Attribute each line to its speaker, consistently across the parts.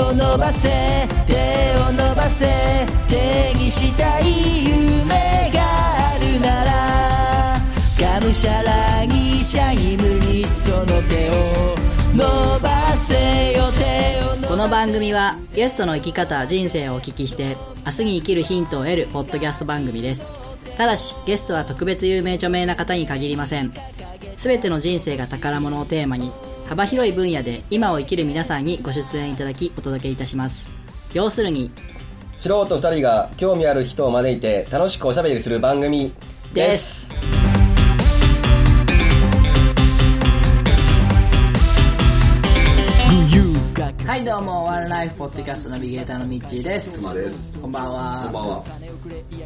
Speaker 1: を伸ばせ手を伸ばせ手にしたい夢があるならがむしゃらにシャイムにその手を伸ばせよ手を伸ばせ
Speaker 2: この番組はゲストの生き方人生をお聞きして明日に生きるヒントを得るポッドキャスト番組ですただしゲストは特別有名著名な方に限りません全ての人生が宝物をテーマに幅広い分野で今を生きる皆さんにご出演いただきお届けいたします要するに
Speaker 3: 素人二人が興味ある人を招いて楽しくおしゃべりする番組
Speaker 2: ですはいどうもワンライフポッドキャストナビゲーターのみっちーです
Speaker 4: 熊です
Speaker 2: こんばんは
Speaker 4: こんばんは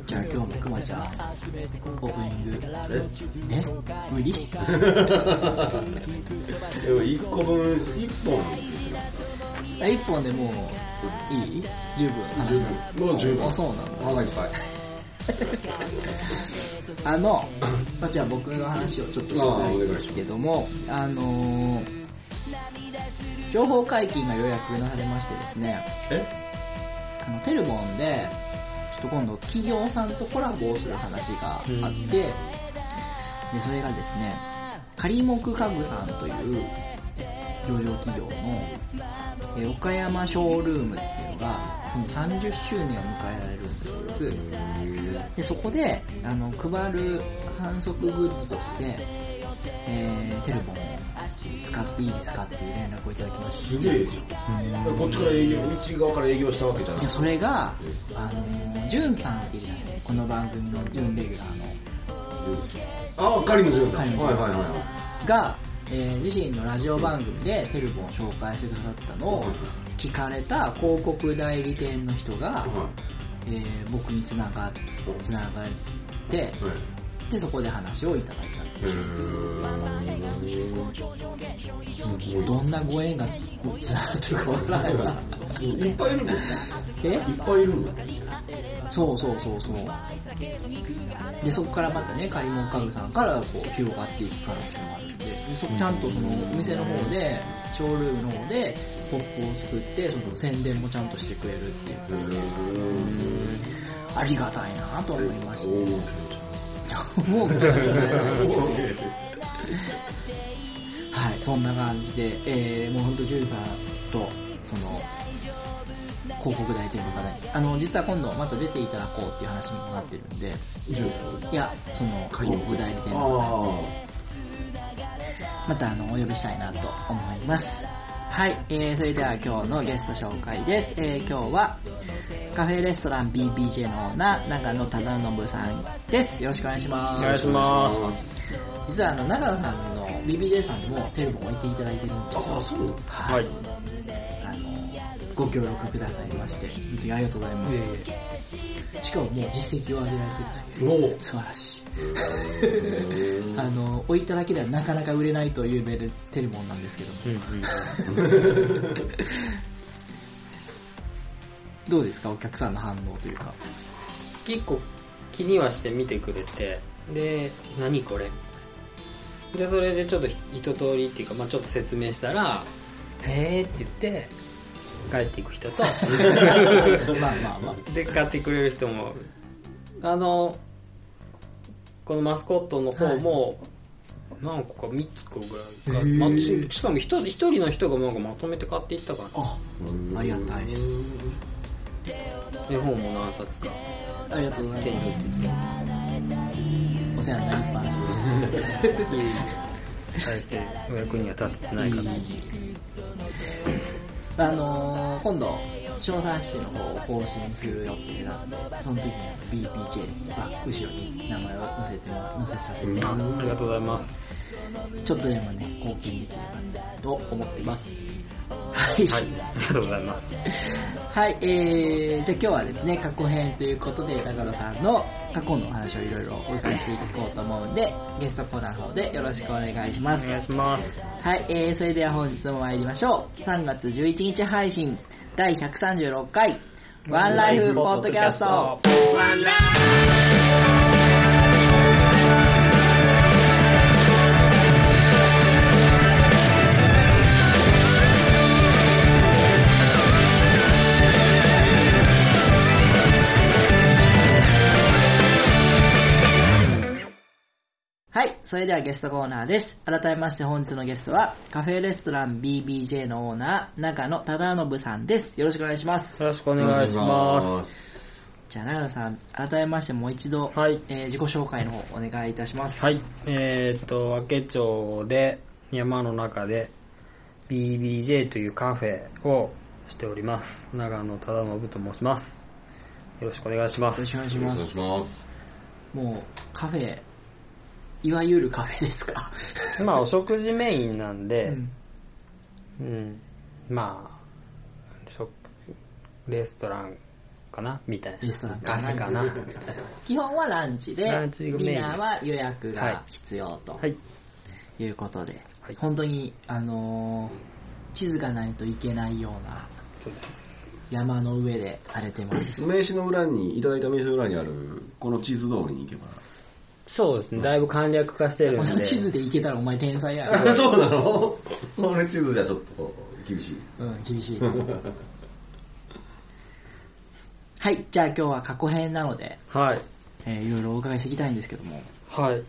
Speaker 2: じゃあ今日もくまちゃんオープニング
Speaker 4: え
Speaker 2: え無理
Speaker 4: でも1個分1本
Speaker 2: 一本でもういい十分話した
Speaker 4: 十分もう十分
Speaker 2: あそうなんだ
Speaker 4: 腹いっぱい
Speaker 2: あの、まあ、じゃあ僕の話をちょっとしたいんですけども、あのー情報解禁がようやくなされましてですね、
Speaker 4: え
Speaker 2: あのテルボンで、ちょっと今度企業さんとコラボをする話があって、で、それがですね、仮木家具さんという上場企業のえー岡山ショールームっていうのが、この30周年を迎えられるんです。でそこであの配る反則グッズとして、えー、テルボンを使っていいですかっていう連絡をいただきまし
Speaker 4: すげえじゃんだからこっちから営業内側から営業したわけじゃ
Speaker 2: た
Speaker 4: ないく
Speaker 2: や
Speaker 4: て
Speaker 2: それがあのジュンさんっていうじゃないですかこの番組の準レギュラーの
Speaker 4: あ狩野潤さんはい
Speaker 2: 狩野潤さん
Speaker 4: はいはいはい
Speaker 2: が、えー自身のラジオ番組でテルボンを紹介してくださったのを聞かれた広告代理店の人が、えー僕につながつながってでそこで話をいただいた
Speaker 4: へーすごい
Speaker 2: どんなご縁がこうつながってるかわからないな
Speaker 4: いっぱいいるんだよ
Speaker 2: え
Speaker 4: いっぱいいるんだよ
Speaker 2: そうそうそうそうでそこからまたね仮も家具さんからこう広がっていく可能性もあるんででそちゃんとそのお店の方でショールームの方でポップを作ってその宣伝もちゃんとしてくれるっていう
Speaker 4: へー
Speaker 2: ありがたいなと思いまし
Speaker 4: 大儲け
Speaker 2: た もうは
Speaker 4: 大儲け
Speaker 2: いそんな感じで、えー、もうほんとジュンさんとその広告代理店の方にあの実は今度また出ていただこうっていう話にもなってるんで
Speaker 4: 潤
Speaker 2: いやその
Speaker 4: さん
Speaker 2: 広告代理店の方です
Speaker 4: あ
Speaker 2: またあのお呼びしたいなと思いますはい、えー、それでは今日のゲスト紹介です、えー、今日はカフェレストラン BBJ のオーナー長野忠信さんですよろしくお願いします
Speaker 5: お願いします。
Speaker 2: 実はあの長野さんの BBJ さんでもテレビも置いていただいてるんです
Speaker 4: ああそう
Speaker 5: はい。
Speaker 2: あのご協力くださいまして本当にありがとうございます、しかももう実績を上げられてるという
Speaker 4: おお
Speaker 2: 素晴らしい あの置いただけではなかなか売れないという名でテレモンなんですけども どうですかお客さんの反応という か
Speaker 6: 結構気にはして見てくれてで何これでそれでちょっと一通りっていうか、まあ、ちょっと説明したら「へえ」って言って帰っていく 人と
Speaker 2: まあまあまあ
Speaker 6: で買ってくれる人もあのこのマスコットの方も何個か3つ個ぐらいか、まししかも 1, 人一人の人がなんかまとめて買っていったから
Speaker 2: あありがたいです
Speaker 6: 絵本も何冊か
Speaker 2: ありがとうござ
Speaker 6: 手
Speaker 2: い
Speaker 6: に
Speaker 2: ます
Speaker 6: 取ってきて
Speaker 2: お世話になりっぱなしです
Speaker 6: いえいえ大してお役には立ってないかな
Speaker 2: あのー、今度小三誌の方を更新する予定なんでその時に BPJ バック後ろに名前を載せても載せさせて、
Speaker 6: ありがとうございます
Speaker 2: ちょっとでもね貢献できればなと思ってますはいはい、
Speaker 6: ありがとうございます
Speaker 2: えー、じゃあ今日はですね過去編ということで高野さんの過去のお話をいろいろお伺いしていこうと思うんでゲストコーナーの方でよろしくお願いします
Speaker 6: お願いします
Speaker 2: はい、えー、それでは本日も参りましょう。3月11日配信、第136回、ワンライフポッドキャスト。
Speaker 4: あ。
Speaker 2: それではゲストコーナーです。改めまして本日のゲストは、カフェレストラン BBJ のオーナー、中野忠信さんです。よろしくお願いします。
Speaker 6: よろしくお願いします
Speaker 2: じゃあ中野さん、改めましてもう一度、
Speaker 6: はい
Speaker 2: えー自己紹介の方お願いいたします。
Speaker 6: す。はい。えーっと、和気町で、山の中で、BBJ というカフェをしております。長野忠信と申します。よろしくお願いしま
Speaker 2: よろしくお。
Speaker 6: す
Speaker 2: 願いし
Speaker 4: お
Speaker 2: ま
Speaker 4: 願い
Speaker 2: す。
Speaker 4: します。
Speaker 2: もう、カフェ、いわゆるカフェですか
Speaker 6: まあ、お食事メインなんで、
Speaker 2: ん
Speaker 6: うん、まあ、食、レストランかなみたいな。
Speaker 2: レストラン
Speaker 6: カ
Speaker 2: か
Speaker 6: フ
Speaker 2: な
Speaker 6: ェかなみたい
Speaker 2: 基本はランチで、デ
Speaker 6: ランチメイン
Speaker 2: ィナーは予約
Speaker 6: は
Speaker 2: が
Speaker 6: い
Speaker 2: 必要と。
Speaker 6: な。はい。
Speaker 2: いうことで、
Speaker 6: はい
Speaker 2: 本当に、あのー地図がないといけないような
Speaker 6: そうです。
Speaker 2: 山の上でされてます。
Speaker 4: 名刺の裏に、いただいた名刺の裏にある、この地図通りに行けば。
Speaker 6: そうですね。だいぶ簡略化してる
Speaker 2: こ
Speaker 6: ん
Speaker 2: の
Speaker 6: で。
Speaker 2: 地図で行けたらお前天才や。
Speaker 4: そうなの この地図じゃちょっと厳しい。
Speaker 2: うん、厳しい。はい、じゃあ今日は過去編なので、
Speaker 6: はい。
Speaker 2: えーいろいろお伺いしていきたいんですけども、
Speaker 6: はい。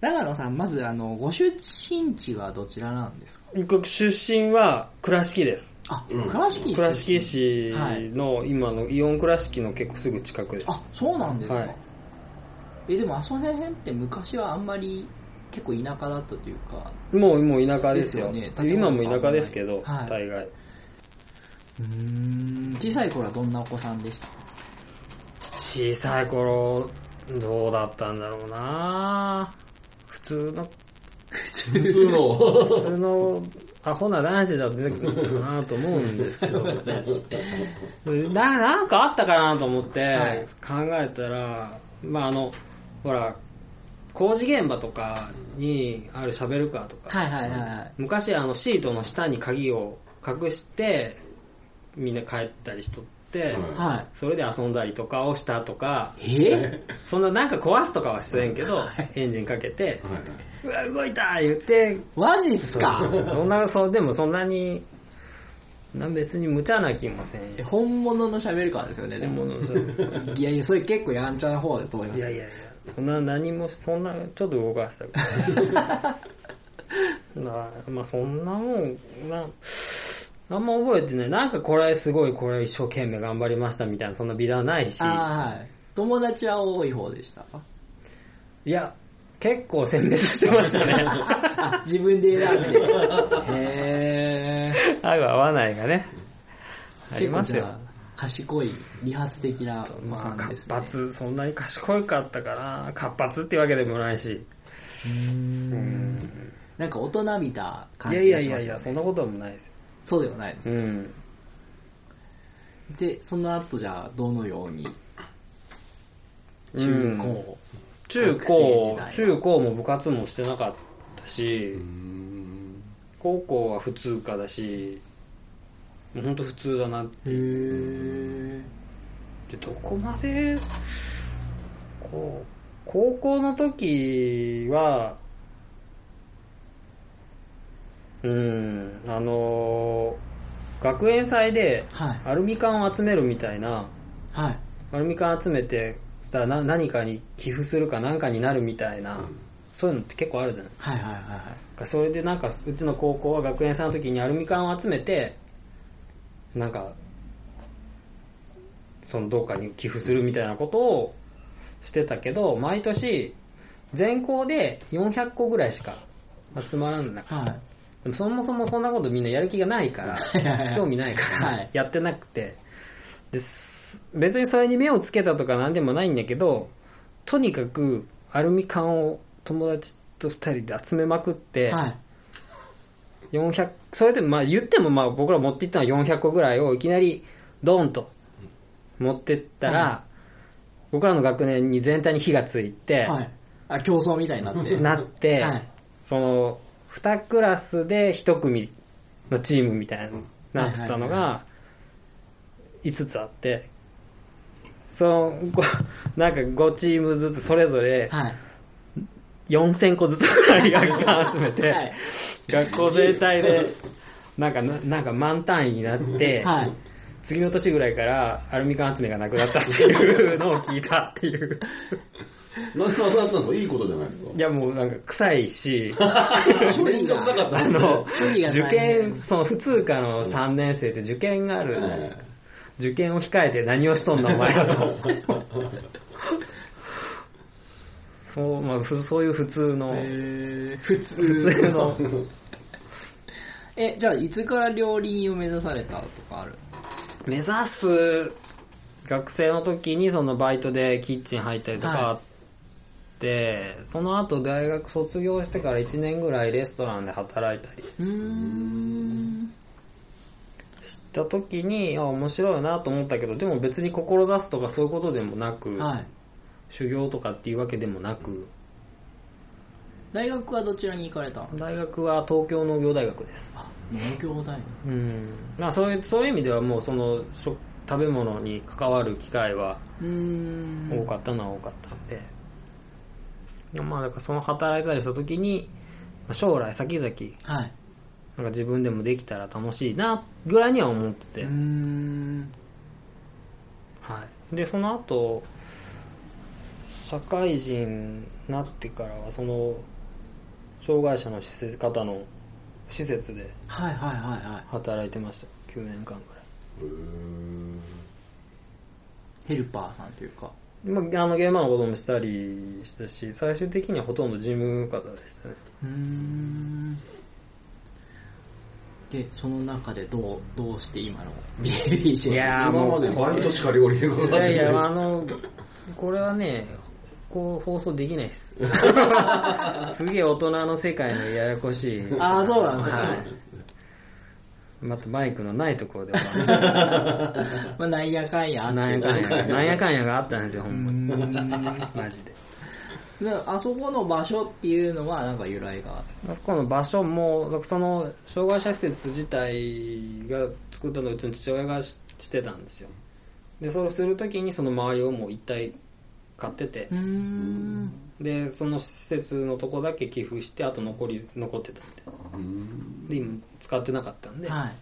Speaker 2: 長野さん、まずあの、ご出身地はどちらなんですか
Speaker 6: 僕出身は倉敷です。
Speaker 2: あ、倉敷
Speaker 6: 倉敷市の今のイオン倉敷の結構すぐ近くです。
Speaker 2: あ、そうなんですか。
Speaker 6: はい
Speaker 2: え、でもあそこら辺って昔はあんまり結構田舎だったというか、
Speaker 6: もう、もう田舎ですよ。
Speaker 2: ですよね
Speaker 6: 今も田舎ですけど、
Speaker 2: はい
Speaker 6: 大概。
Speaker 2: うーん小さい頃はどんなお子さんでした
Speaker 6: 小さい頃、どうだったんだろうな普通の、
Speaker 4: 普通の。
Speaker 6: 普通の、アホな男子だったなと思うんですけど、ななんかあったかなと思って考えたら、まああの、ほら、工事現場とかにあるシャベルカーとか、
Speaker 2: はいはいはいはい。
Speaker 6: 昔あのシートの下に鍵を隠して、みんな帰ったりしとって、
Speaker 2: は
Speaker 6: それで遊んだりとかをしたとか、
Speaker 2: い。え
Speaker 6: そんななんか壊すとかはしてんけど、エンジンかけて、うわ、動いた言って、
Speaker 2: マジっす か
Speaker 6: そんな、そう、でもそんなに、な別に無茶な気もせんし。
Speaker 2: 本物の喋るからですよね、でも。いやいや、それ結構やんちゃな方だと思いま
Speaker 6: い
Speaker 2: す。
Speaker 6: やいやいや、そんな何も、そんな、ちょっと動かしたくない。だから まあそんなもん、な、あんま覚えてない。なんかこれすごい、これ一生懸命頑張りましたみたいな、そんな美談ないし。
Speaker 2: あーはい。友達は多い方でした。
Speaker 6: いや、結構選別してま したね。
Speaker 2: あ、自分で選んで。 へー
Speaker 6: 合う合わないがね。あります
Speaker 2: 結
Speaker 6: よ
Speaker 2: 構じゃ。あ賢い、理髪的なお子
Speaker 6: ま
Speaker 2: さ
Speaker 6: あ、
Speaker 2: んです
Speaker 6: 活
Speaker 2: ね。
Speaker 6: 発、そんなに賢かったかな。活発ってわけでもないし。
Speaker 2: なんか大人びた感
Speaker 6: い
Speaker 2: じ
Speaker 6: や
Speaker 2: が
Speaker 6: い
Speaker 2: しま
Speaker 6: や
Speaker 2: す、ね。
Speaker 6: いやいや、そんなこともないですよ。
Speaker 2: そうではないで
Speaker 6: うん。
Speaker 2: す。で、その後じゃあ、どのように、中高、
Speaker 6: 中
Speaker 2: 学生時
Speaker 6: 高
Speaker 2: 代は、
Speaker 6: 中高も部活もしてなかったし、高校は普通科だし、もうほんと普通だなっていう。
Speaker 2: へ
Speaker 6: でどこまでこう高校の時はうんあの学園祭で
Speaker 2: はい
Speaker 6: アルミ缶を集めるみたいな、
Speaker 2: ーはい。
Speaker 6: アルミ缶集めてさな何かに寄付するか何かになるみたいな、そういうのって結構あるじゃない
Speaker 2: はいはいはいはい。
Speaker 6: それでなんかうちの高校は学園祭の時にアルミ缶を集めてなんかそのどっかに寄付するみたいなことをしてたけど毎年全校で400個ぐらいしか集まらんなかっ
Speaker 2: はい。
Speaker 6: たでもそもそもそんなことみんなやる気がな いから
Speaker 2: はいはい
Speaker 6: 興味ないか
Speaker 2: は
Speaker 6: ら
Speaker 2: い
Speaker 6: やってなくてです別にそれに目をつけたとかなんでもないんだけどとにかくアルミ缶を友達と2人で集めまくって、
Speaker 2: はい。
Speaker 6: 400それでまあ言ってもまあ僕ら持っていったのは400個ぐらいをいきなりドーンと持ってったら、僕らの学年に全体に火がついて、
Speaker 2: はい。あ、競争みたいにな って。
Speaker 6: なって、
Speaker 2: はい
Speaker 6: その2クラスで1組のチームみたいななってた
Speaker 2: は
Speaker 6: の
Speaker 2: いはい
Speaker 6: が5つあってそのご なんか5チームずつそれぞれ
Speaker 2: はい。
Speaker 6: 4000個ずつぐらい学館集めて、
Speaker 2: はい
Speaker 6: 学校全体で、なんかな、なんか満単位になって、
Speaker 2: はい。
Speaker 6: 次の年ぐらいからアルミ缶集めがなくなったっていうのを聞いたっていう。
Speaker 4: なんでなくなったんですかいいことじゃないですか
Speaker 6: いやもうなんか臭いし、
Speaker 4: 面倒くさかった
Speaker 6: あの
Speaker 2: 処理、が
Speaker 6: 受
Speaker 2: 大変
Speaker 6: 験、その普通科の3年生って受験があるじゃないですか。受験を控えて何をしとんだお前らと。そう、まあ、ふそういう普通の、
Speaker 2: 普
Speaker 6: 普通
Speaker 2: 通
Speaker 6: の。
Speaker 2: えじゃあいつから料理人を目指されたとかある
Speaker 6: 目指す学生の時にそのバイトでキッチン入ったりとかあって、その後大学卒業してから1年ぐらいレストランで働いたり
Speaker 2: うーん
Speaker 6: した時にあ面白いなと思ったけどでも別に志すとかそういうことでもなく、
Speaker 2: はい
Speaker 6: 修行とかっていうわけでもなく
Speaker 2: 大学はどちらに行かれたの
Speaker 6: 大学は東京農業大学です
Speaker 2: 農業大学
Speaker 6: うんまあそういうそういう意味ではもうその食食べ物に関わる機会は
Speaker 2: うーん
Speaker 6: 多かったのは多かったんで、まあだからその働いたりした時にまあ将来先々
Speaker 2: はい
Speaker 6: なんか自分でもできたら楽しいなぐらいには思ってて、
Speaker 2: うーん
Speaker 6: はい、でその後社会人になってからはその障害者の施設方の施設で
Speaker 2: はいはいはいは
Speaker 6: 働いてました9年間ぐらい
Speaker 2: いヘルパーさんというか
Speaker 6: まあ、あの現場のこともしたりしたし最終的にはほとんど事務方でしたね
Speaker 2: うーんでその中でどうどうして今の BBC
Speaker 6: いやー
Speaker 4: 今までバイトしか料理にかかっ
Speaker 6: い
Speaker 4: てな
Speaker 6: や
Speaker 4: い
Speaker 6: いや、あの、これはね、こう放送できな いです。すげえ大人の世界のややこしい。
Speaker 2: ああそうなんですか、
Speaker 6: はい。またマイクのないとこ ろでお話ししま
Speaker 2: まあ、なんやかんやあ
Speaker 6: す
Speaker 2: って
Speaker 6: なんやかんや、なんやかんやがあったんですよ、ほんまに。
Speaker 2: うーん
Speaker 6: マジで。
Speaker 2: であそこの場所っていうのはなんか由来がある
Speaker 6: あそこの場所も、その、障害者施設自体が作ったのをうちの父親がししてたんですよ。で、それをするときにその周りをもう一体買ってて、
Speaker 2: うん
Speaker 6: でその施設のとこだけ寄付してあと残り残ってたんでで今使ってなかったんで、
Speaker 2: はい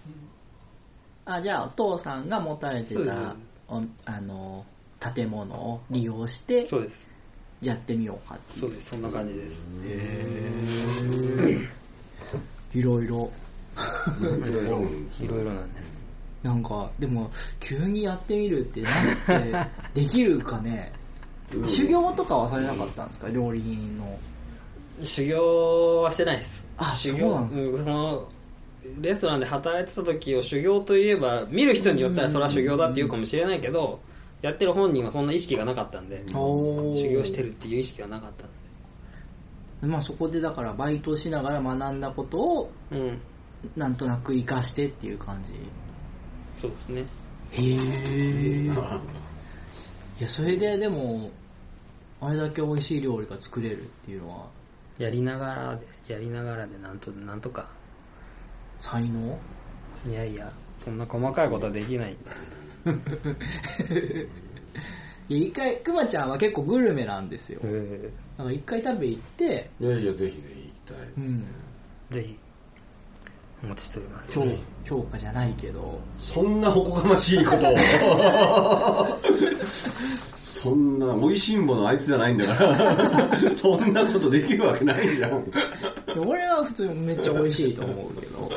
Speaker 2: あじゃあお父さんが持たれて
Speaker 6: そうです
Speaker 2: たおあの建物を利用して
Speaker 6: そうです
Speaker 2: やってみようかって
Speaker 6: そうですそんな感じです
Speaker 2: いろいろ
Speaker 6: いろいろなんで
Speaker 2: なんかでも急にやってみるってなんてできるか ね修行とかはされなかったんですか料理人の
Speaker 6: 修行はしてないです
Speaker 2: あ
Speaker 6: 修
Speaker 2: そうなん
Speaker 6: 行
Speaker 2: です
Speaker 6: うんそのレストランで働いてた時を修行といえば見る人によったらそれは修行だって言うかもしれないけどやってる本人はそんな意識がなかったんで修行してるっていう意識はなかったん
Speaker 2: まあそこでだからバイトしながら学んだことを
Speaker 6: でうん
Speaker 2: なんとなく活かしてっていう感じ
Speaker 6: そうですね
Speaker 2: へえいやそれででもあれだけ美味しい料理が作れるっていうのは
Speaker 6: やりながらでやりながらでなんとなんとか
Speaker 2: 才能
Speaker 6: いやいやそんな細かいことはできないんで
Speaker 2: いや一回くまちゃんは結構グルメなんですよ
Speaker 6: え
Speaker 2: なんか一回食べ行って
Speaker 4: いやいやぜひね行きたいですね
Speaker 6: えぜひお待ちしております
Speaker 2: 評評価じゃないけど
Speaker 4: そんなほこがましいことをそんな美味しんぼのあいつじゃないんだからそんなことできるわけないじゃん
Speaker 2: いや俺は普通にめっちゃ美味しいと思うけど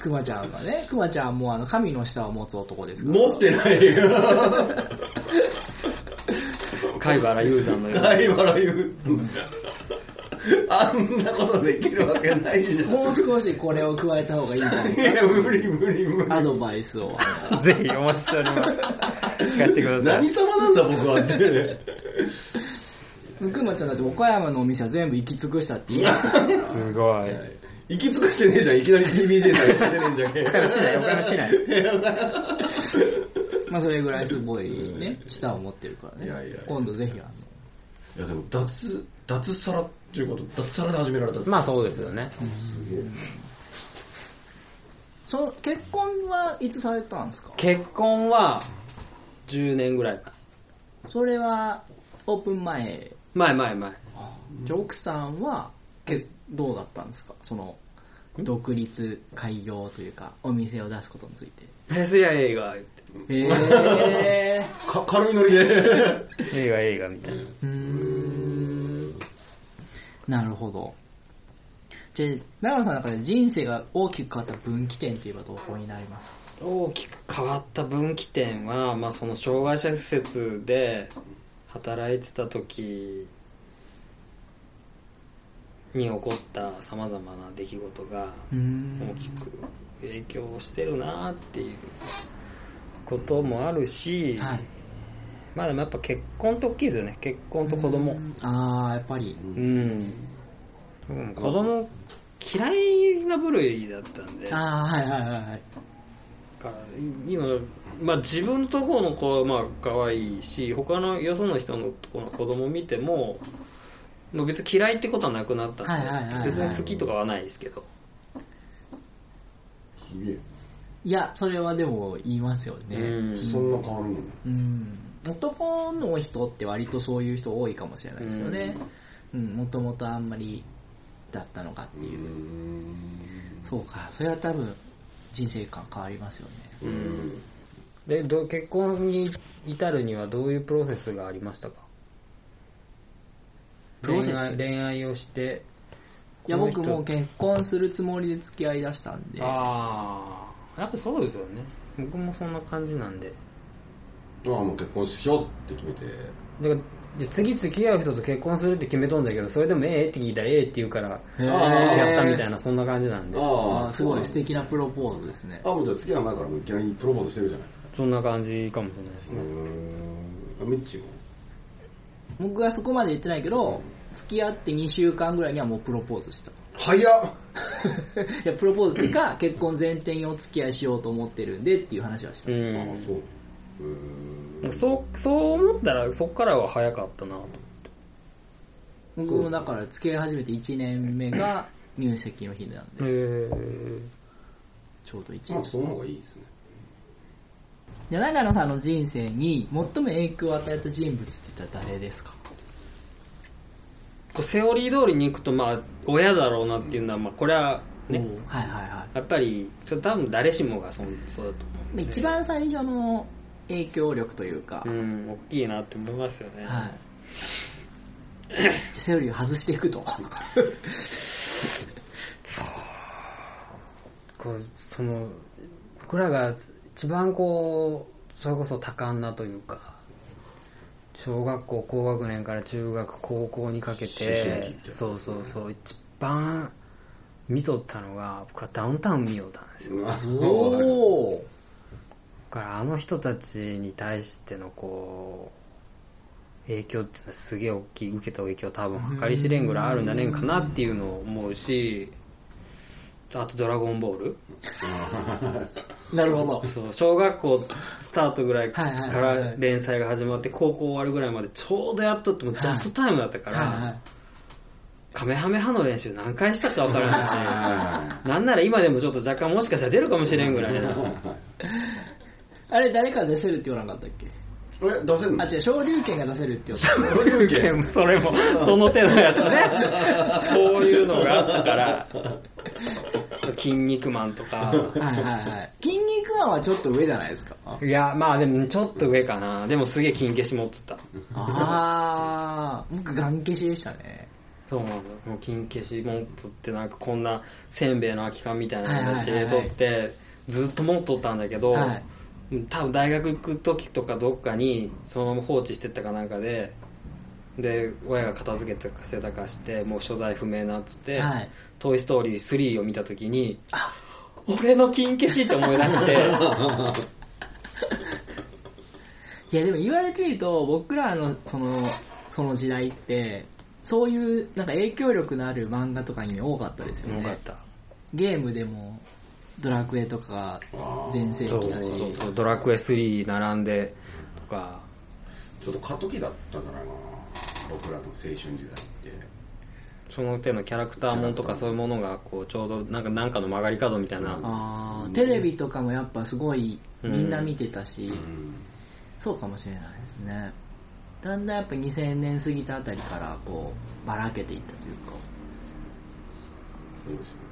Speaker 2: くまちゃんがねくまちゃんはもうあの神の舌を持つ男ですから
Speaker 4: 持ってないよ
Speaker 6: 貝原雄山のような
Speaker 4: 大笑い言うあんなことできるわけないじゃん
Speaker 2: もう少しこれを加えた方がいいんじゃない
Speaker 4: いや無理無理無理
Speaker 2: アドバイスをあ
Speaker 6: ぜひお待ちしております聞かせてください
Speaker 4: 何様なんだ僕はって
Speaker 2: のくまちゃんだって岡山のお店は全部行き尽くしたって言う
Speaker 6: すごい
Speaker 4: 行き尽くしてねえじゃんいきなり BBJ なんか出てねえじゃんけ
Speaker 6: 岡山市内岡山市内
Speaker 2: まあそれぐらいすごいね舌を持ってるからね
Speaker 4: いやいやいや
Speaker 2: 今度ぜひあの
Speaker 4: いやでも脱脱サラっていうこと脱サラで始められたって
Speaker 6: まあそうですよね
Speaker 2: その結婚はいつされたんですか
Speaker 6: 結婚は10年ぐらい
Speaker 2: それはオープン前
Speaker 6: 前前前前
Speaker 2: じゃあ奥さんはけどうだったんですかその独立開業というかお店を出すことについて
Speaker 6: えすりゃ映画言って
Speaker 2: へえ
Speaker 4: か軽いノリで
Speaker 6: 映画映画みたいな
Speaker 2: なるほどじゃあ長野さんの中で人生が大きく変わった分岐点といえばどこになりますか
Speaker 6: 大きく変わった分岐点は、まあ、その障害者施設で働いてた時に起こったさまざまな出来事が大きく影響してるなっていうこともあるし、
Speaker 2: はい
Speaker 6: まあでもやっぱ結婚と大きいですよね結婚と子供
Speaker 2: ああやっぱり
Speaker 6: うん、うん、子供嫌いな部類だったんで
Speaker 2: ああはいはいはいはい
Speaker 6: から今、まあ、自分のところの子はまあ可愛いし他のよその人のところの子供見てももう別に嫌いってことはなくなったんで、
Speaker 2: はいはいはいはい
Speaker 6: 別に好きとかはないですけど
Speaker 4: すげえ
Speaker 2: いやそれはでも言いますよね
Speaker 6: うん
Speaker 4: そんな変わるの
Speaker 2: うん男の人って割とそういう人多いかもしれないですよねうんもともとあんまりだったのかっていうそうかそれは多分人生観変わりますよね
Speaker 6: でどう結婚に至るにはどういうプロセスがありましたか
Speaker 2: プロセス
Speaker 6: 恋愛恋愛をして
Speaker 2: いや
Speaker 6: この人
Speaker 2: 僕もう結婚するつもりで付き合いだしたんで
Speaker 6: ああやっぱそうですよね僕もそんな感じなんで
Speaker 4: ああもう結婚しようって決めて
Speaker 6: だからで次付き合う人と結婚するって決めとんだけどそれでもええって聞いたらええって言うから付き合ったみたいなそんな感じなんで
Speaker 4: あ
Speaker 2: あ
Speaker 4: あ
Speaker 2: ーすごい素
Speaker 4: そう
Speaker 2: 敵なプロポーズですね
Speaker 4: あもうじゃあ付き合う前からもういきなりプロポーズしてるじゃないですか
Speaker 6: そんな感じかもしれないです
Speaker 4: う
Speaker 6: ね、
Speaker 4: ーんあみっちも
Speaker 2: 僕はそこまで言ってないけど付き合って2週間ぐらいにはもうプロポーズした
Speaker 4: 早っ
Speaker 2: いやプロポーズっていうか結婚前提にお付き合いしようと思ってるんでっていう話はした、
Speaker 4: ああ
Speaker 6: う、
Speaker 4: そうん
Speaker 6: そうそう思ったらそこからは早かったなと
Speaker 2: 僕もだから付き合い始めて1年目 が入籍の日なんで
Speaker 6: へえ
Speaker 2: ちょうど1
Speaker 4: まあ
Speaker 2: 年
Speaker 4: その方がいいですね
Speaker 2: じゃあ長野さんの人生に最も影響を与えた人物って言ったら誰ですか
Speaker 6: こうセオリー通りに行くとまあ親だろうなっていうのはまあこれはね
Speaker 2: おうはいはいはい
Speaker 6: やっぱりそれ多分誰しもがそうそうだと思う
Speaker 2: 一番最初の影響力というか、
Speaker 6: うん大きいなって思いますよね、
Speaker 2: はい。じゃあセオリーを外していくと。
Speaker 6: こうその僕らが一番こうそれこそ多感なというか小学校高学年から中学高校にかけてそうそうそう一番見とったのが僕らダウンタウン見よったんですよ
Speaker 4: うわ
Speaker 2: おー
Speaker 6: だからあの人たちに対してのこう影響っていうのはすげえ大きい受けた影響多分計り知れんぐらいあるんじゃねえんかなっていうのを思うしあと「ドラゴンボール」
Speaker 2: なるほど。
Speaker 6: そう小学校スタートぐらいか
Speaker 2: はいはい
Speaker 6: ら連載が始まって高校終わるぐらいまでちょうどやっとってもうジャストタイムだったから、
Speaker 2: はいはい
Speaker 6: カメハメハの練習何回したか分からんしなんなら今でもちょっと若干もしかしたら出るかもしれんぐらいな
Speaker 2: あれ、誰から出せるって言わなかったっけ
Speaker 4: え出せんの
Speaker 2: あ、違う、昇竜拳が出せるって言った。
Speaker 6: それもその手のやつねそういうのがあったから「 筋肉マン」とか
Speaker 2: はいはいはい。筋肉マンはちょっと上じゃないですか。 あ
Speaker 6: いやまあでもちょっと上かなでもすげえ金消し持ってた
Speaker 2: あー、僕、ガン消しでしたね。
Speaker 6: そうなんだもう金消し持っとってなんかこんなせんべいの空き缶みたいな
Speaker 2: はいはいはい
Speaker 6: 形で取ってずっと持っとったんだけど、
Speaker 2: はい
Speaker 6: 多分大学行く時とかどっかにそのまま放置してったかなんかでで親が片付けてかせたかしてもう所在不明なっつって「
Speaker 2: はい
Speaker 6: トイ・ストーリー3」を見た時に「俺の金消し」って思い出 して
Speaker 2: いや、でも言われてみると、僕らの、その、その時代って、そういう、なんか影響力のある漫画とかに多かったですよね。
Speaker 6: よかった
Speaker 2: ゲームでも、ドラクエとか、全盛
Speaker 6: そう
Speaker 2: 期だし。
Speaker 6: そうそう「ドラクエ3」並んでとか
Speaker 4: ちょっと過渡期だったんじゃないかな僕らの青春時代って
Speaker 6: その手のキャラクターもんとかそういうものがこうちょうどなんかなんかの曲がり角みたいな
Speaker 2: あーテレビとかもやっぱすごいみんな見てたし、そうかもしれないですねだんだんやっぱ2000年過ぎたあたりからこうばらけていったというか
Speaker 4: そうですよね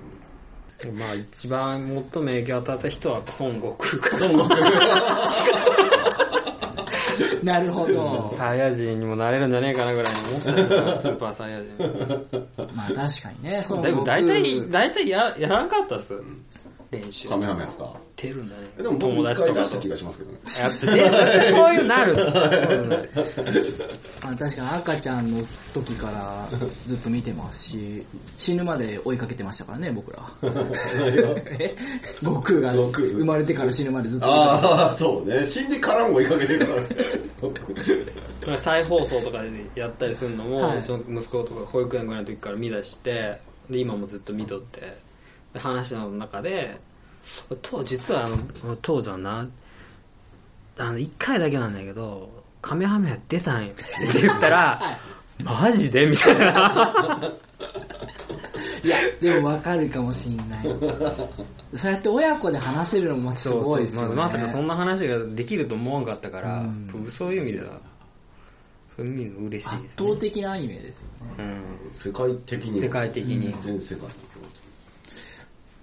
Speaker 6: でまあ一番最も影響を与えた人はやっぱ孫悟空かな
Speaker 2: なるほど。
Speaker 6: サイヤ人にもなれるんじゃねえかなぐらいに思ったしなスーパーサイヤ人
Speaker 2: まあ確かにね、そ
Speaker 6: でも大体大体ややらなかったっす練習
Speaker 4: カメハメですか
Speaker 6: 出るんだね
Speaker 4: えでも僕
Speaker 6: 友
Speaker 4: 一
Speaker 6: 達と
Speaker 4: 回出
Speaker 6: かと
Speaker 4: した気がしますけどね。
Speaker 6: やっててそういうなる そういうなる
Speaker 2: まあ確かに赤ちゃんの時からずっと見てますし、死ぬまで追いかけてましたからね、僕ら。 え悟空が
Speaker 4: 悟空
Speaker 2: 生まれてから死ぬまでずっと見てました。
Speaker 4: ああ、そうね。死んでからも追いかけてるからね。
Speaker 6: 再放送とかでやったりするのも、
Speaker 2: はいう
Speaker 6: ちの息子とか保育園ぐらいの時から見出してで今もずっと見とってで話の中でと実はあの父ちゃんなあの1回だけなんだけど「カメハメハ出たんよ」って言ったら「マジで?」みたい な
Speaker 2: いや、でもわかるかもしんない。そうやって親子で話せるのもまたすごいですよね。
Speaker 6: まあまさかそんな話ができると思わんかったから、そういう意味ではそういう意味でも嬉しい
Speaker 2: 圧
Speaker 6: です、ね
Speaker 2: 倒的なアニメですよね。
Speaker 6: うん、
Speaker 4: 世界的に。
Speaker 6: 世界的に、
Speaker 4: 全世界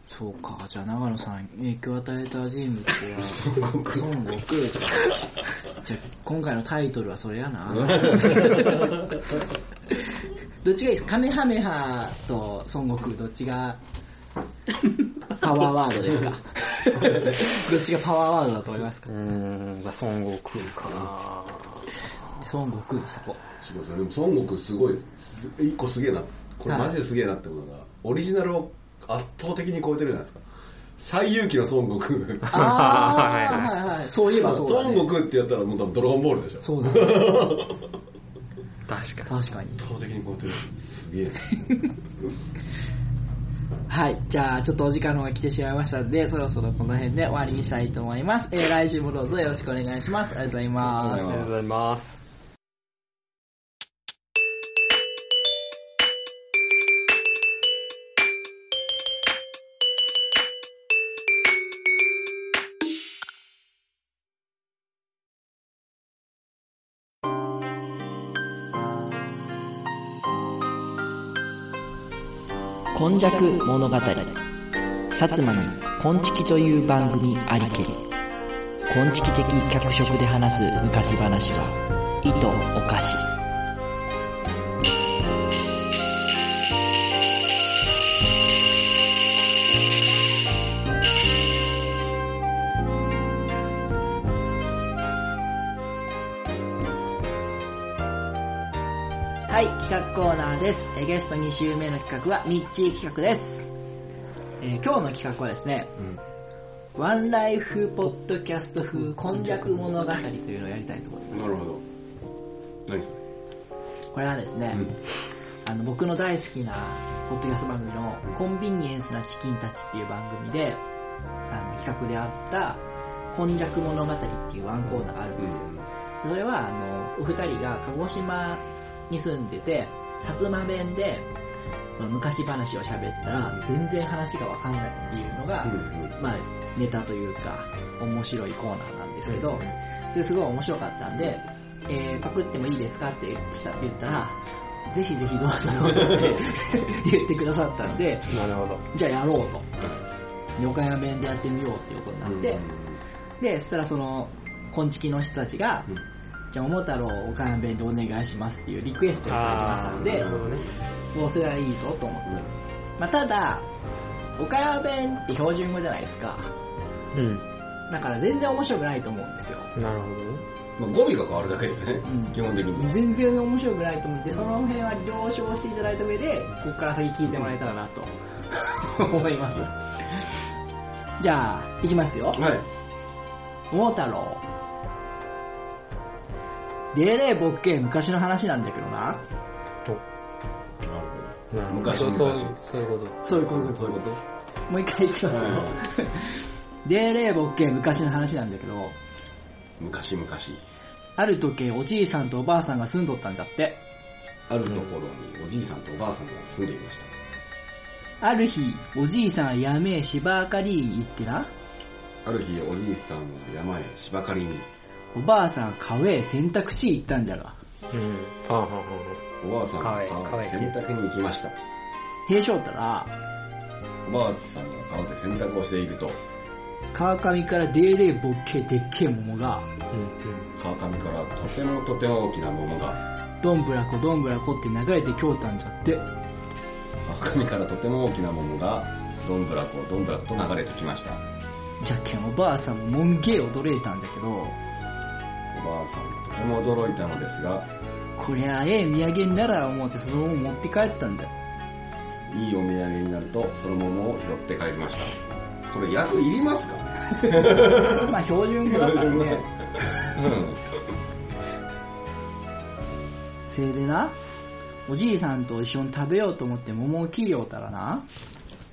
Speaker 2: そうか、じゃあ長野さんに影響を与えた人 物は、
Speaker 4: の共通。
Speaker 2: 孫悟空か。じゃあ今回のタイトルはそれや な。どっちがいいですかカメハメハと孫悟空どっちがパワーワード ですかどっちがパワーワードだと思いますか
Speaker 6: うーん、まあ、孫悟空かな
Speaker 2: 孫悟空ですそ こ。
Speaker 4: すごいですね。でも孫悟空すごい。す一個すげえな。これマジですげえなってことが、オリジナルを圧倒的に超えてるじゃないですか。最有機の孫悟空。
Speaker 2: ああ、はいはい。そういえば
Speaker 4: 孫
Speaker 2: そうだ、ね。
Speaker 4: 悟空ってやったらもう多分ドラゴンボールでしょ。
Speaker 2: そうだ、ね、
Speaker 6: 確かに。
Speaker 2: 確かに。
Speaker 4: 圧倒的に超えてる。すげえな。
Speaker 2: はい。じゃあ、ちょっとお時間の方が来てしまいましたので、そろそろこの辺で終わりにしたいと思います。えー来週もどうぞよろしくお願いします。ありがとうございます。
Speaker 6: ありがとうございます。
Speaker 1: 今昔物語薩摩に「こんちき」という番組ありけりこんちき的脚色で話す昔話は「いとおかし」
Speaker 2: はい、企画コーナーです。えーゲスト2週目の企画は、ミッチー企画です。えー今日の企画はですね、ワンライフポッドキャスト風今昔物語というのをやりたいと思います。
Speaker 4: なるほど。何それ
Speaker 2: これはですね、あの僕の大好きなポッドキャスト番組の「コンビニエンスなチキンたち」っていう番組であの企画であった「こんにゃく物語」っていうワンコーナーあるんですよ、それはあのお二人が鹿児島に住んでて薩摩弁でその昔話を喋ったら全然話がわかんないっていうのが、まあ、ネタというか面白いコーナーなんですけど、それすごい面白かったんで、えーパクってもいいですかってした言ったら、ぜひぜひどうぞどうぞって 言ってくださったんで、
Speaker 6: なるほど。
Speaker 2: じゃあやろうと。で岡山弁でやってみようっていうことになって、で、そしたらその、こんちきの人たちが、じゃあ桃太郎を岡山弁でお願いしますっていうリクエストがありましたの
Speaker 6: な
Speaker 2: で
Speaker 6: る、ほどね。
Speaker 2: もうそれはいいぞと思って。まあ、ただ、岡山弁って標準語じゃないですか。
Speaker 6: うん。
Speaker 2: だから全然面白くないと思うんですよ。
Speaker 6: なるほどね。
Speaker 4: まあ、語尾が変わるだけでね、基本的に。
Speaker 2: 全然面白くないと思ってその辺は了承していただいた上でここから先聞いてもらえたらなと 思いますじゃあいきますよ
Speaker 4: はい。
Speaker 2: 桃太郎でれえぼっけえ昔の話なんだけどな
Speaker 6: なるほど
Speaker 4: 昔
Speaker 6: そうそう
Speaker 4: 昔
Speaker 6: そういうこと。
Speaker 2: そういうこと
Speaker 4: そういうこと
Speaker 2: もう一回いきますよ でれえぼっけえ昔の話なんだけど
Speaker 4: 昔々、
Speaker 2: ある時計おじいさんとおばあさんが住んどったんじゃって
Speaker 4: あるところにおじいさんとおばあさんが住んでいました。
Speaker 2: ある日おじいさんはやめえ芝あかりに行ってな
Speaker 4: ある日、おじいさんは山へ芝刈りに、
Speaker 2: おばあさん川へ洗濯し行ったんじゃが
Speaker 6: うん。はんはんはんは
Speaker 4: おばあさんが
Speaker 6: かわいいかわいい
Speaker 4: 洗濯に行きました。
Speaker 2: 平将たら
Speaker 4: おばあさんが川で洗濯をしていると
Speaker 2: 川上からでーでーぼっけーでっけえ桃が、
Speaker 4: 川上からとてもとても大きな桃が
Speaker 2: どんぶらこどんぶらこって流れてきょうたんじゃって、
Speaker 4: 川上からとても大きな桃がどんぶらこどんぶらこと流れてきました
Speaker 2: じゃけんおばあさんももんげー驚いたんじゃけど、
Speaker 4: おばあさんがとても驚いたのですが
Speaker 2: こりゃあええ土産になら思ってその桃持って帰ったんだよ。
Speaker 4: いいお土産になるとその桃を拾って帰りましたこれ役いりますか
Speaker 2: まあ標準語だからね。それでな、おじいさんと一緒に食べようと思って桃を切りおったらな、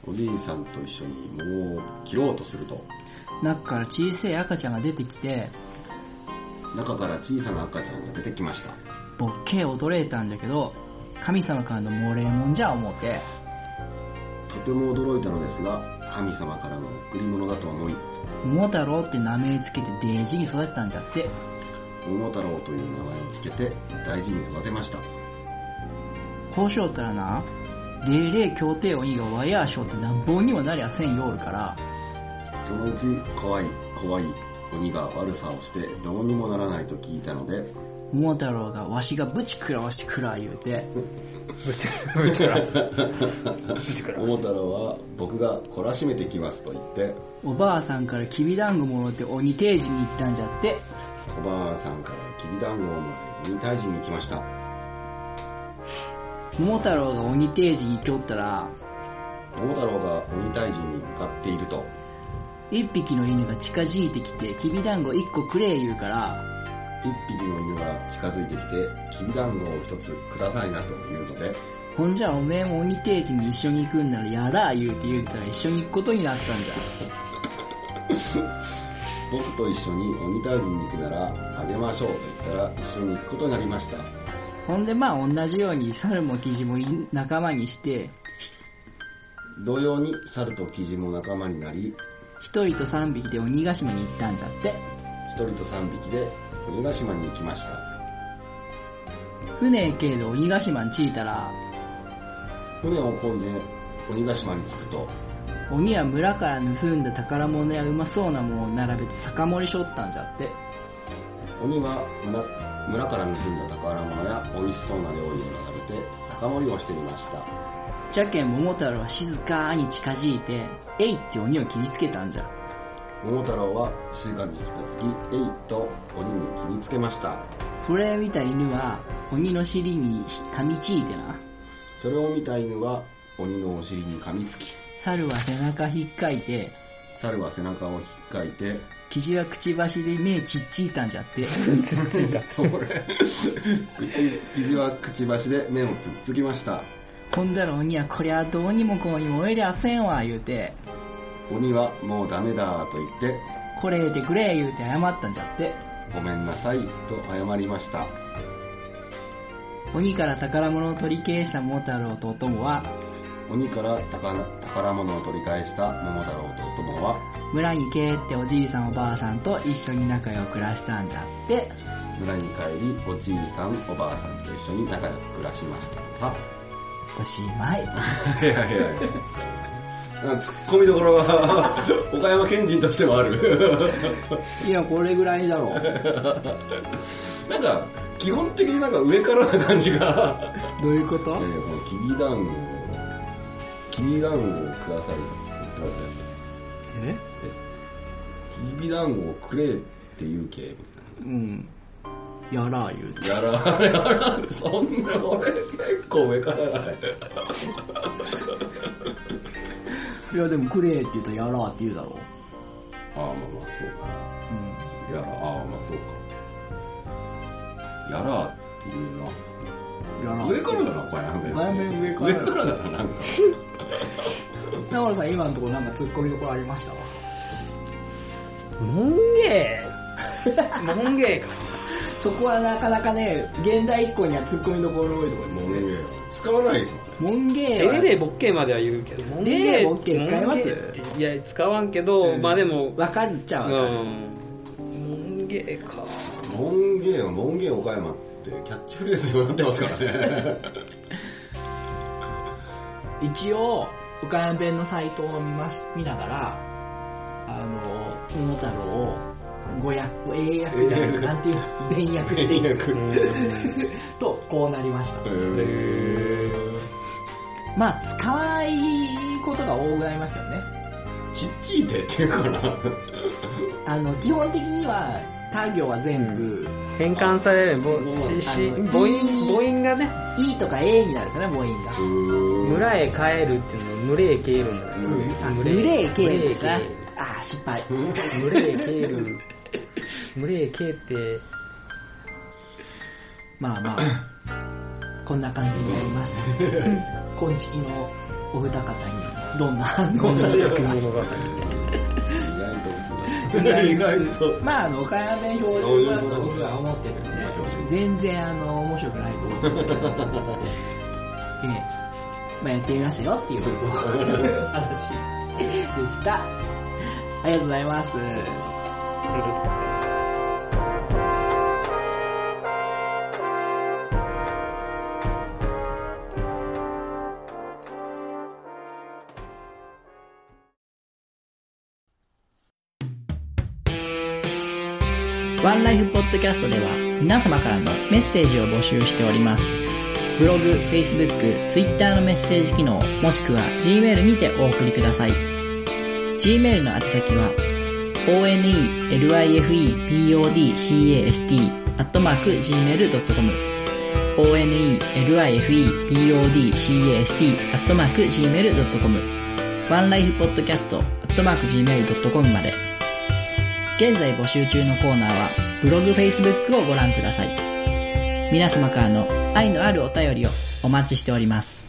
Speaker 4: おじいさんと一緒に桃を切ろうとすると
Speaker 2: 中から小さい赤ちゃんが出てきて、
Speaker 4: 中から小さな赤ちゃんが出てきました
Speaker 2: ボッケー驚いたんじゃけど、神様からの漏れもんじゃ思うて、
Speaker 4: とても驚いたのですが神様からの贈り物だと思い
Speaker 2: 桃太郎って名前つけてデージに育てたんじゃって。
Speaker 4: 桃太郎という名前をつけて大事に育てました
Speaker 2: こうしよったらな、霊霊協定鬼がワイヤーショーってなんぼにもなりゃせんよおるから、
Speaker 4: そのうち怖い怖い鬼が悪さをしてどうにもならないと聞いたので
Speaker 2: 桃太郎がわしがぶち食らわしてくら言うて、
Speaker 4: 桃太郎は僕が懲らしめてきますと言って
Speaker 2: おばあさんからきびだんごもろって鬼定時に行ったんじゃって、
Speaker 4: おばあさんからきびだんごをもらい鬼退治に行きました
Speaker 2: 桃太郎が鬼定時に行きおったら、
Speaker 4: 桃太郎が鬼退治に向かっていると
Speaker 2: 一匹の犬が近づいてきて、きびだんご一個くれ言うから、
Speaker 4: 一匹の犬が近づいてきてきびだんごを一つくださいなというので
Speaker 2: ほんじゃおめえも鬼定時に一緒に行くんならやだ言うて言うたら一緒に行くことになったんじゃ。
Speaker 4: 僕と一緒に鬼退治に行くならあげましょうと言ったら一緒に行くことになりました
Speaker 2: ほんでまあ同じように猿もキジも仲間にして、
Speaker 4: 同様に猿とキジも仲間になり
Speaker 2: 一人と三匹で鬼ヶ島に行ったんじゃって
Speaker 4: 一人と三匹で鬼ヶ島に行きました
Speaker 2: 船へけえど鬼ヶ島に着いたら
Speaker 4: 船を漕いで鬼ヶ島に着くと
Speaker 2: 鬼は村から盗んだ宝物やうまそうなものを並べて酒盛りしょったんじゃって
Speaker 4: 鬼は村村から盗んだ宝物や美味しそうな料理を並べて酒盛りをしていました
Speaker 2: じゃけん桃太郎は静かに近づいて「えい!」って鬼を切りつけたんじゃ
Speaker 4: 桃太郎は静かに近づきえいと鬼に切りつけました
Speaker 2: それを見た犬は鬼の尻に噛みちいてな
Speaker 4: それを見た犬は鬼のお尻に噛みつき
Speaker 2: 猿は背中ひっかいて
Speaker 4: 猿は背中をひっかいて
Speaker 2: キジはくちばしで目ちっちいたんじゃって
Speaker 4: それキジはくちばしで目をつっつきました
Speaker 2: ほんだら鬼はこりゃどうにもこうにもえりゃせんわ言うて
Speaker 4: 鬼はもうダメだと言って
Speaker 2: これでくれ言うて謝ったんじゃって
Speaker 4: ごめんなさいと謝りました
Speaker 2: 鬼から宝物を取り返した桃太郎とお供は
Speaker 4: 鬼から宝宝物を取り返した桃太郎とお供は
Speaker 2: 村に帰っておじいさんおばあさんと一緒に仲良く暮らしたんじゃって
Speaker 4: 村に帰りおじいさんおばあさんと一緒に仲良く暮らしましたとさ
Speaker 2: おしまい
Speaker 4: いやいやいやツッコミどころが岡山県人としてもある
Speaker 2: いやこれぐらいだろう
Speaker 4: なんか基本的になんか上からな感じが
Speaker 2: どういうこと
Speaker 4: いやいやこのきびだんごきびだんごをくださいって言われたや
Speaker 2: え
Speaker 4: つきびだんごをくれって言うけ
Speaker 2: う
Speaker 4: み
Speaker 2: んやら言うて
Speaker 4: たいなやらやらそんな俺結構上からだね
Speaker 2: いやでもくれって言うとやらって言うだろ
Speaker 4: ああまあまあそうかやらああまあそうかやらっていう
Speaker 2: うやら
Speaker 4: な上からだなこれなん
Speaker 2: だいぶ上から
Speaker 4: 上からだななんか
Speaker 2: 中野さん今のところなんかツッコミどころありましたわ
Speaker 6: モンゲーモンゲーか
Speaker 2: そこはなかなかね現代以降にはツッコミどころ多いところ
Speaker 4: もうね使わないですもんね
Speaker 2: モンゲー
Speaker 6: デ
Speaker 2: は
Speaker 6: ーレーボッケーまでは言うけどモンゲ
Speaker 2: デーレーボッケー使います
Speaker 6: モンゲーっていや使わんけど、まあでも
Speaker 2: わかっちゃ
Speaker 6: う
Speaker 2: うんわかる
Speaker 6: モンゲーか
Speaker 4: 門芸は門芸岡山ってキャッチ フレーズにもなってますからね
Speaker 2: 一応うかん弁のサイトを見まし見ながら、あの、桃太郎を語訳、英訳じゃなくて、
Speaker 4: 英訳
Speaker 2: なんていうの、弁訳していくと、こうなりました。まあ、使わないことが多くなりましたよね。
Speaker 4: ちっちい手っていうかな。
Speaker 2: あの、基本的には、他行は全部、
Speaker 6: 変換されるぼ
Speaker 4: そう
Speaker 6: しし
Speaker 2: あの
Speaker 6: 母音母音がね
Speaker 2: E とか A になるんですよね、母音が。
Speaker 6: 村へ帰るっていうの群れへ帰るんだよ
Speaker 2: あ
Speaker 6: 群
Speaker 2: 群
Speaker 6: れ
Speaker 2: れ系
Speaker 6: 群れ
Speaker 2: ですね
Speaker 6: 帰る。
Speaker 2: ああ、失敗。
Speaker 6: 群れへ帰る群れへ帰って
Speaker 2: まあまあ、こんな感じになりました。今月のお二方にどんな反応される か。
Speaker 6: 物語
Speaker 4: 意外と。
Speaker 2: まあ、あの、岡山弁標準語だと僕は思ってるんで、全然あの、面白くないと思うんですけど、ええ、まあやってみましたよっていうお話でした。ありがとうございます。
Speaker 1: ワンライフポッドキャストでは皆様からのメッセージを募集しております。ブログ、Facebook、Twitter のメッセージ機能、もしくは Gmail にてお送りください。Gmail の宛先は onelifepodcast.gmail.com onelifepodcast.gmail.com ワンライフポッドキャスト .gmail.com まで現在募集中のコーナーはブログ、Facebook をご覧ください。皆様からの愛のあるお便りをお待ちしております。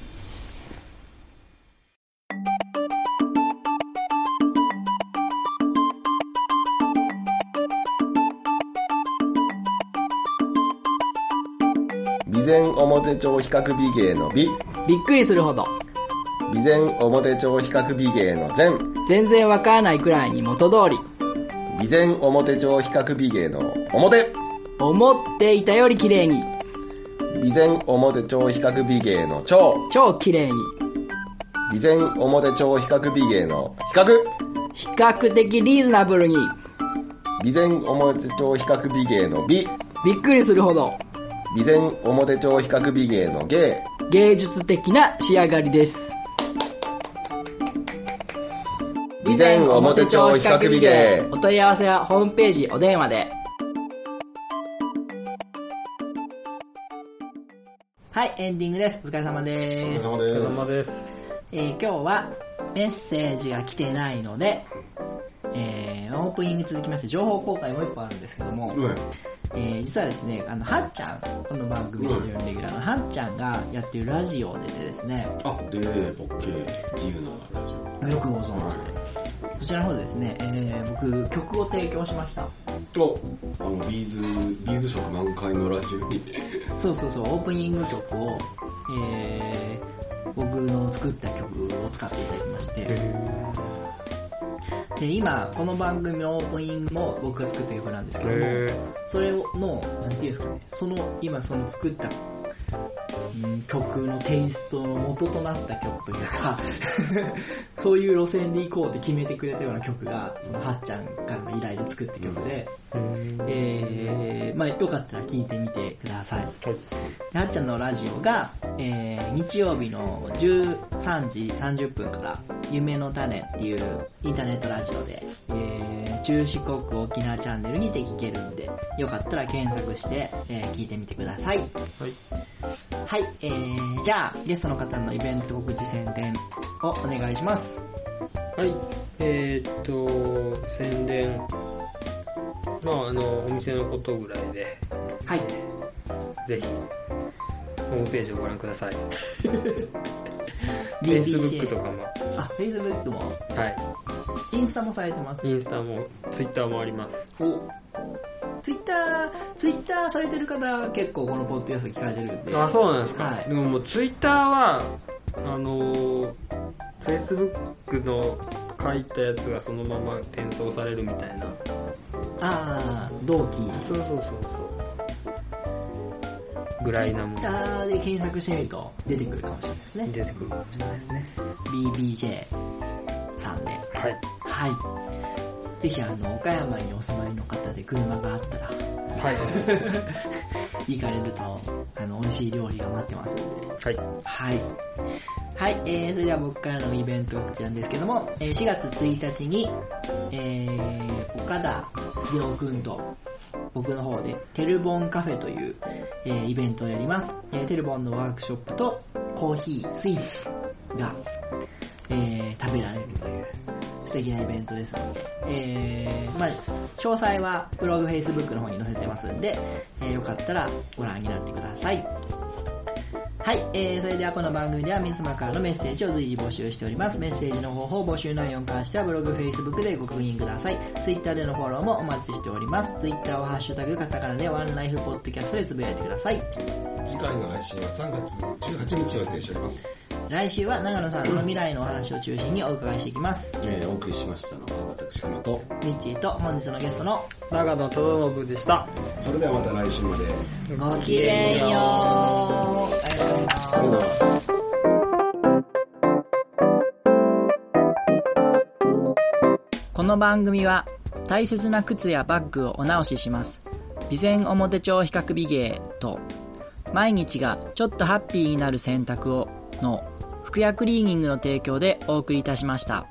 Speaker 3: 備前表帳比較美芸の美。
Speaker 1: びっくりするほど、
Speaker 3: 備前表帳比較美芸の善。
Speaker 1: 全然わからないくらいに元通り、
Speaker 3: 備前表帳比較美芸の表。
Speaker 1: 思っていたより綺麗に、
Speaker 3: 備前表帳比較美芸の長。
Speaker 1: 超綺麗に、
Speaker 3: 備前表帳比較美芸の比較。
Speaker 1: 比較的リーズナブルに、
Speaker 3: 備前表帳比較美芸の美。
Speaker 1: びっくりするほど、
Speaker 3: 備前表帳比較美芸の芸。
Speaker 1: 芸術的な仕上がりです。
Speaker 3: 備前表帳比較美芸。
Speaker 1: お問い合わせはホームページお電話で。はい、エンディングです。お疲れ様
Speaker 4: お疲
Speaker 1: で
Speaker 4: れ
Speaker 1: す。
Speaker 4: 様です。
Speaker 6: まです
Speaker 2: えー今日はメッセージが来てないので、えーオープニングに続きまして情報公開もう一個あるんですけども、
Speaker 4: うん
Speaker 2: えー実はですね、あの、はっちゃん、この番組の準レギュラーのはっちゃんがやってるラジオでですね、
Speaker 4: あ、で、ボッケー、自由なラジ
Speaker 2: よくご存知で。そちらの方でですね、えー僕、曲を提供しました。
Speaker 4: オ。おあの、ビーズ、ビーズ色満開のラジオに。
Speaker 2: そうそうそう、オープニング曲を、えー僕の作った曲を使っていただきまして、で、今、この番組のオープニングも僕が作った曲なんですけども、それの、なんていうんですかね、その、今その作った、うん曲のテイストの元となった曲というか、 そういう路線で行こうって決めてくれたような曲が、そのはっちゃんからの依頼で作った曲で、えー、まあよかったら聴いてみてください。なっちゃんのラジオが、えー日曜日の13時30分から、夢の種っていうインターネットラジオで、えー中四国沖縄チャンネルにて聞けるんで、よかったら検索して、えー聞いてみてください。はい。はい、えー、じゃあ、ゲストの方のイベント告知宣伝をお願いします。
Speaker 6: はい、えーっと、宣伝。まあ、あの、お店のことぐらいで、
Speaker 2: はい。
Speaker 6: ぜひ、ホームページをご覧ください。
Speaker 2: BBCA
Speaker 6: Facebook とかも、
Speaker 2: あ、Facebook も、
Speaker 6: は
Speaker 2: インスタもされてます
Speaker 6: い。。インスタも、ツイッターもあります。
Speaker 2: ツイッター、ツイッターされてる方結構このポッドキャスト聞かれてるんで。
Speaker 6: あ、そうなんですか。
Speaker 2: はい
Speaker 6: でももう、ツイッターは、あのー、Facebook の書いたやつがそのまま転送されるみたいな。
Speaker 2: ああ、同期。
Speaker 6: そうそうそうそう。ぐらいなもの
Speaker 2: Twitter で検索してみると出てくるかもしれないですね
Speaker 6: 出てくるかもしれないですね
Speaker 2: BBJ さんで
Speaker 6: はい
Speaker 2: はいぜひあの岡山にお住まいの方で車があったら
Speaker 6: はい
Speaker 2: 行かれるとあの美味しい料理が待ってますので
Speaker 6: はい
Speaker 2: はい。はい、えー、それでは僕からのイベント告知なんですけども、えー4月1日に、えー、岡田秀夫君と僕の方で、テルボンカフェという、えーイベントをやります。えーテルボンのワークショップとコーヒー、スイーツが、えー食べられるという素敵なイベントですので、えーまあ、詳細はブログ、Facebook の方に載せてますんで、えーよかったらご覧になってください。はい、えー、それではこの番組では皆様からのメッセージを随時募集しております。メッセージの方法、募集内容に関してはブログ、Facebook でご確認ください。Twitter でのフォローもお待ちしております。Twitter をハッシュタグ、カタカナでワンライフポッドキャストでつぶやいてください。
Speaker 5: 次回の配信は3月18日を予定しております、
Speaker 2: 来週は長野さんの未来のお話を中心にお伺いしていきます。
Speaker 5: えーお送りしましたのは私熊と
Speaker 2: ミッチーと本日のゲストの
Speaker 6: 長野忠信でした
Speaker 5: それではまた来週まであり
Speaker 2: ごきげんよう。ありがとうございます。
Speaker 5: がとうございます
Speaker 1: この番組は大切な靴やバッグをお直しします備前表帳比較美芸と毎日がちょっとハッピーになる選択をの服薬クリーニングの提供でお送りいたしました。